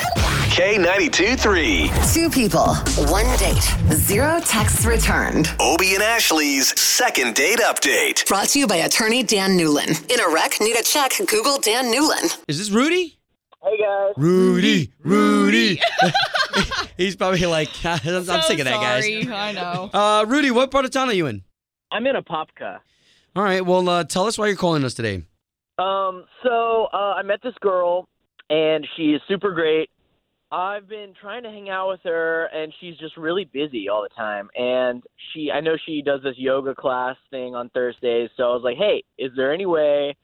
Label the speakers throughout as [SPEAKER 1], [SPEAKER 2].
[SPEAKER 1] K92 3.
[SPEAKER 2] Two people, one date, zero texts returned.
[SPEAKER 1] Obie and Ashley's second date update.
[SPEAKER 2] Brought to you by attorney Dan Newlin. In a wreck, need a check, Google Dan Newlin.
[SPEAKER 3] Is this Rudy?
[SPEAKER 4] Hey guys.
[SPEAKER 3] Rudy, Rudy. He's probably like, I'm, I'm
[SPEAKER 5] so
[SPEAKER 3] sick of that,
[SPEAKER 5] sorry.
[SPEAKER 3] guys.
[SPEAKER 5] I know.
[SPEAKER 3] Uh, Rudy, what part of town are you in?
[SPEAKER 4] I'm in a popka.
[SPEAKER 3] All right, well, uh, tell us why you're calling us today.
[SPEAKER 4] Um, so uh, I met this girl, and she is super great. I've been trying to hang out with her, and she's just really busy all the time. And she, I know she does this yoga class thing on Thursdays. So I was like, hey, is there any way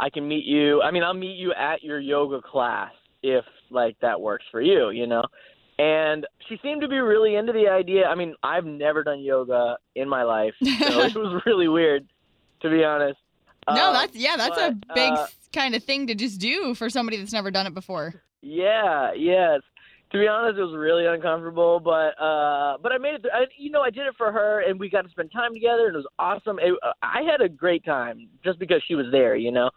[SPEAKER 4] I can meet you? I mean, I'll meet you at your yoga class if like that works for you, you know. And she seemed to be really into the idea. I mean, I've never done yoga in my life, so it was really weird, to be honest.
[SPEAKER 5] no,
[SPEAKER 4] Um,
[SPEAKER 5] that's yeah, that's a
[SPEAKER 4] but,
[SPEAKER 5] big
[SPEAKER 4] uh,
[SPEAKER 5] kind of thing to just do for somebody that's never done it before.
[SPEAKER 4] Yeah, yes. To be honest, it was really uncomfortable, but uh, but I made it. Through, I, you know, I did it for her, and we got to spend time together, and it was awesome. It, uh, I had a great time just because she was there, you know.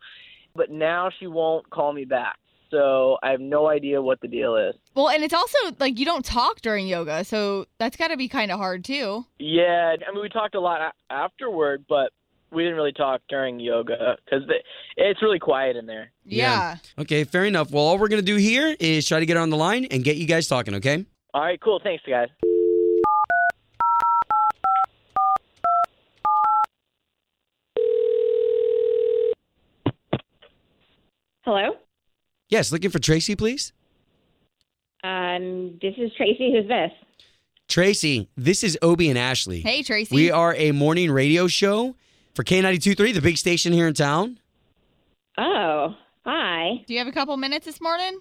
[SPEAKER 4] But now she won't call me back, so I have no idea what the deal is.
[SPEAKER 5] Well, and it's also like you don't talk during yoga, so that's got to be kind of hard too.
[SPEAKER 4] Yeah, I mean, we talked a lot a- afterward, but we didn't really talk during yoga because it's really quiet in there.
[SPEAKER 3] Yeah.
[SPEAKER 5] Yeah.
[SPEAKER 3] Okay, fair enough. Well, all we're going to do here is try to get her on the line and get you guys talking, okay?
[SPEAKER 4] All right, cool. Thanks, guys.
[SPEAKER 6] Hello.
[SPEAKER 3] Yes, looking for Tracy, please.
[SPEAKER 6] Um, this is Tracy. Who's this?
[SPEAKER 3] Tracy, this is Obie and Ashley.
[SPEAKER 5] Hey, Tracy.
[SPEAKER 3] We are a morning radio show for K92.3, the big station here in town.
[SPEAKER 6] Oh, hi.
[SPEAKER 5] Do you have a couple minutes this morning?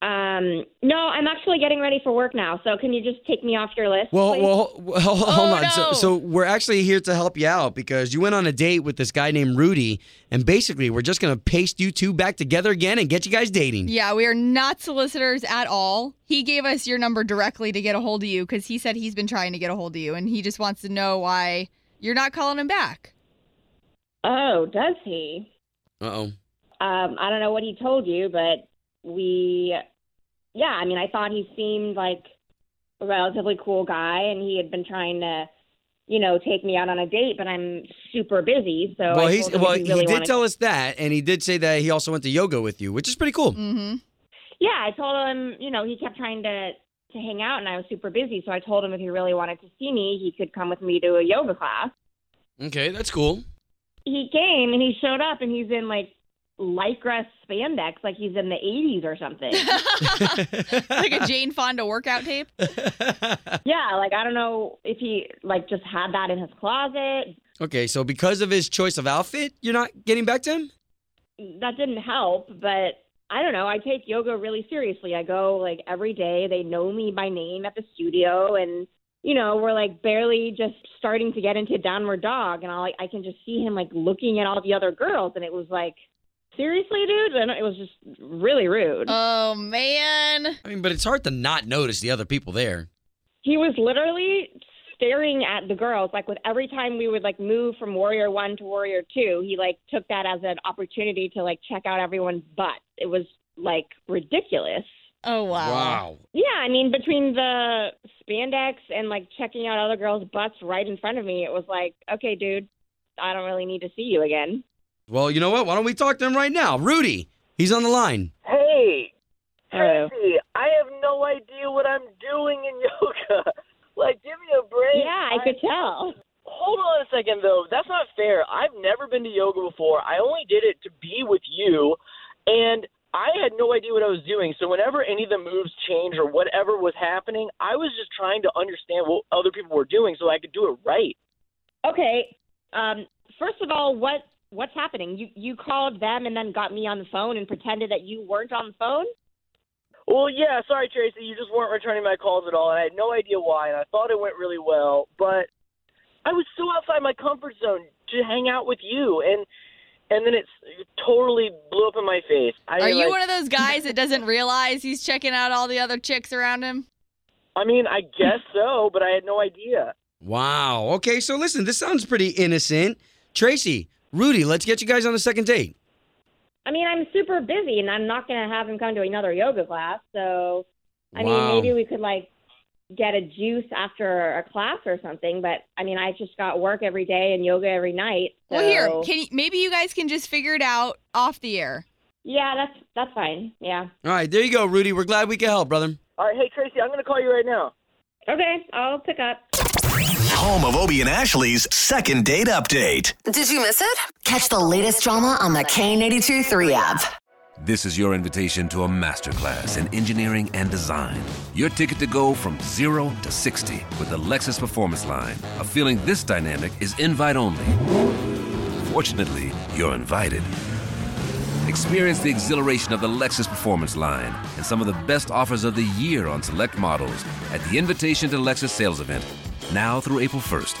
[SPEAKER 6] Um, no, I'm actually getting ready for work now. So can you just take me off your list?
[SPEAKER 3] Well,
[SPEAKER 6] please?
[SPEAKER 3] well, well, hold
[SPEAKER 5] Oh,
[SPEAKER 3] on. So,
[SPEAKER 5] no.
[SPEAKER 3] so we're actually here to help you out because you went on a date with this guy named Rudy, and basically we're just gonna paste you two back together again and get you guys dating.
[SPEAKER 5] Yeah, we are not solicitors at all. He gave us your number directly to get a hold of you because he said he's been trying to get a hold of you, and he just wants to know why you're not calling him back.
[SPEAKER 6] oh, does he?
[SPEAKER 3] Uh oh.
[SPEAKER 6] Um, I don't know what he told you, but we, yeah, I mean, I thought he seemed like a relatively cool guy, and he had been trying to, you know, take me out on a date, but I'm super busy. So
[SPEAKER 3] well,
[SPEAKER 6] Oh, I
[SPEAKER 3] he's
[SPEAKER 6] told him
[SPEAKER 3] well.
[SPEAKER 6] if he really
[SPEAKER 3] he did
[SPEAKER 6] wanted-
[SPEAKER 3] tell us that, and he did say that he also went to yoga with you, which is pretty cool.
[SPEAKER 5] Mm-hmm.
[SPEAKER 6] Yeah, I told him, you know, he kept trying to to hang out and I was super busy, so I told him if he really wanted to see me, he could come with me to a yoga class.
[SPEAKER 3] Mm. Okay, that's cool.
[SPEAKER 6] He came and he showed up and he's in like lycra spandex like he's in the 80s or something.
[SPEAKER 5] like a Jane Fonda workout tape.
[SPEAKER 6] yeah, like I don't know if he like just had that in his closet.
[SPEAKER 3] okay, so because of his choice of outfit, you're not getting back to him.
[SPEAKER 6] That didn't help, but I don't know. I take yoga really seriously. I go like every day. They know me by name at the studio and you know, we're like barely just starting to get into downward dog, and I like I can just see him like looking at all the other girls, and it was like, seriously, dude, and it was just really rude.
[SPEAKER 5] Oh man.
[SPEAKER 3] I mean, but it's hard to not notice the other people there.
[SPEAKER 6] he was literally staring at the girls, like with every time we would like move from Warrior One to Warrior Two, he like took that as an opportunity to like check out everyone's butt. It was like ridiculous.
[SPEAKER 5] Oh
[SPEAKER 6] Yeah, I mean, between the spandex and like checking out other girls' butts right in front of me, it was like, okay, dude, I don't really need to see you again.
[SPEAKER 3] Well, you know what? Why don't we talk to him right now, Rudy? He's on the line.
[SPEAKER 4] Hey,
[SPEAKER 6] Hello.
[SPEAKER 4] Tracy, I have no idea what I'm doing in yoga. like, give me a break.
[SPEAKER 6] yeah, I could tell.
[SPEAKER 4] Hold on a second, though. That's not fair. I've never been to yoga before. I only did it to be with you, and I had no idea what I was doing. So whenever any of the moves changed or whatever was happening, I was just trying to understand what other people were doing so I could do it right.
[SPEAKER 6] Okay. Um, first of all, what what's happening? You you called them and then got me on the phone and pretended that you weren't on the phone.
[SPEAKER 4] Well, yeah, sorry, Tracy. You just weren't returning my calls at all, and I had no idea why, and I thought it went really well, but I was so outside my comfort zone to hang out with you, and and then it's, it totally blew up in my face. I,
[SPEAKER 5] Are you
[SPEAKER 4] like,
[SPEAKER 5] one of those guys that doesn't realize he's checking out all the other chicks around him?
[SPEAKER 4] I mean, I guess so, but I had no idea.
[SPEAKER 3] Wow. Okay, so listen, this sounds pretty innocent. Tracy, Rudy, let's get you guys on a second date.
[SPEAKER 6] I mean, I'm super busy and I'm not going to have him come to another yoga class. So, I
[SPEAKER 3] Wow.
[SPEAKER 6] mean, maybe we could like get a juice after a class or something. But I mean, I just got work every day and yoga every night. So,
[SPEAKER 5] Well, here, can you, maybe you guys can just figure it out off the air.
[SPEAKER 6] yeah, that's that's fine. Yeah.
[SPEAKER 3] All right, there you go, Rudy. We're glad we could help, brother.
[SPEAKER 4] All right, hey, Tracy, I'm going to call you right now.
[SPEAKER 6] Okay, I'll pick up.
[SPEAKER 1] Home of Obie and Ashley's second date update.
[SPEAKER 2] Did you miss it? Catch the latest drama on the K82 3 app.
[SPEAKER 7] This is your invitation to a masterclass in engineering and design. Your ticket to go from zero to 60 with the Lexus Performance Line. A feeling this dynamic is invite only. Fortunately, you're invited. Experience the exhilaration of the Lexus Performance Line and some of the best offers of the year on select models at the Invitation to Lexus sales event now through April 1st.